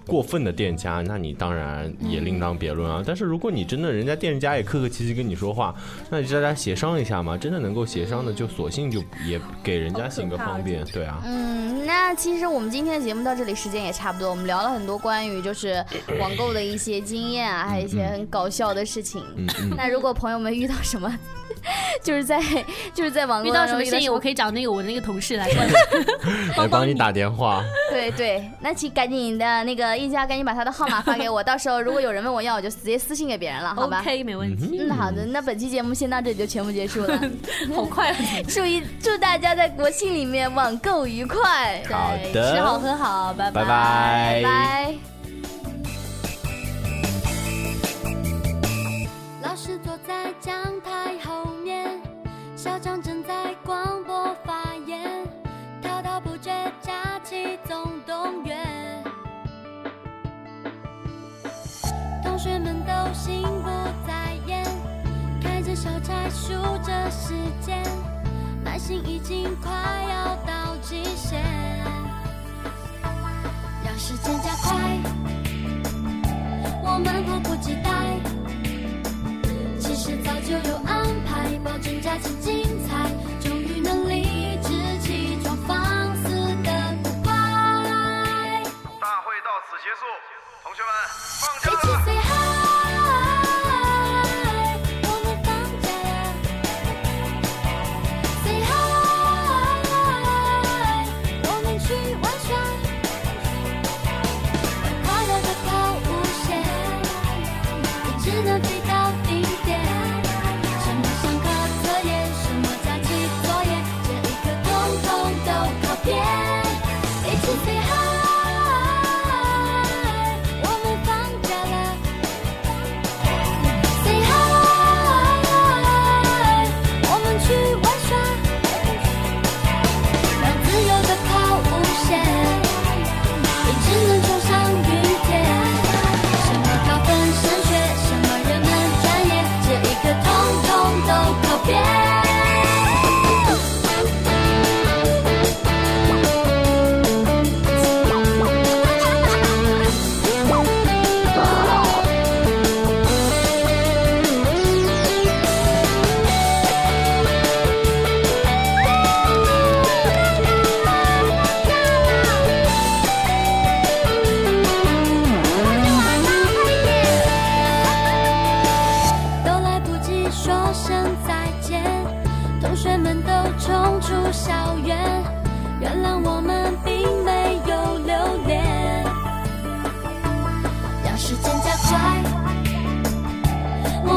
Speaker 3: 过分的店家，那你当然也另当别论啊。但是如果你真的人家店家也客客气气跟你说话，那你就大家协商一下嘛。真的能够协商的，就索性就也给人家行个方便，对啊。
Speaker 2: 嗯，那其实我们今天的节目到这里时间也差不多，我们聊了很多关于 就是网购的一些经验啊，还有一些很搞笑的事情。
Speaker 3: 嗯嗯，
Speaker 2: 那如果朋友们遇到什么， 就是在就是在网
Speaker 4: 遇
Speaker 2: 购
Speaker 4: 到
Speaker 2: 当
Speaker 4: 什
Speaker 2: 中
Speaker 4: 么
Speaker 2: 遇
Speaker 4: 事
Speaker 2: 到
Speaker 4: 情，我可以找那个我那个 同事来帮你
Speaker 3: 来
Speaker 4: 帮
Speaker 3: 哎帮你
Speaker 4: 你
Speaker 3: 打电话。
Speaker 2: 对对，那请赶紧的那个一家赶紧把他的号码发给我，到时候如果有人问我要，我就直接私信给别人了，好吧
Speaker 4: OK，没问题。
Speaker 2: 嗯，好的，那本期节目先到这里就全部结束 了。
Speaker 4: 好快啊！
Speaker 2: 祝一祝大家在国庆里面网购愉快，
Speaker 3: 好
Speaker 2: 对
Speaker 3: 的
Speaker 2: 吃好喝好，拜
Speaker 3: 拜
Speaker 2: 拜
Speaker 3: 拜
Speaker 2: 拜。
Speaker 1: 老师坐在讲台后面，校长正在广播发言，滔滔不绝，假期总动员。同学们都心不在焉，开着小差数着时间，耐心已经快要到极限，让时间加快，我们迫不及待。其实早就有安排，保证假期精彩，终于能理直气壮放肆的古怪。
Speaker 6: 大会到此结束，同学们放
Speaker 1: 一
Speaker 6: 假
Speaker 1: 起
Speaker 6: 了。
Speaker 1: say hi，我们放假了。say hi，我们去玩耍。快乐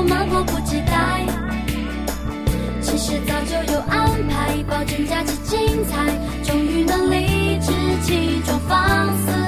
Speaker 1: 那迫不及待。其实早就有安排，保证假期精彩，终于能理直气壮放肆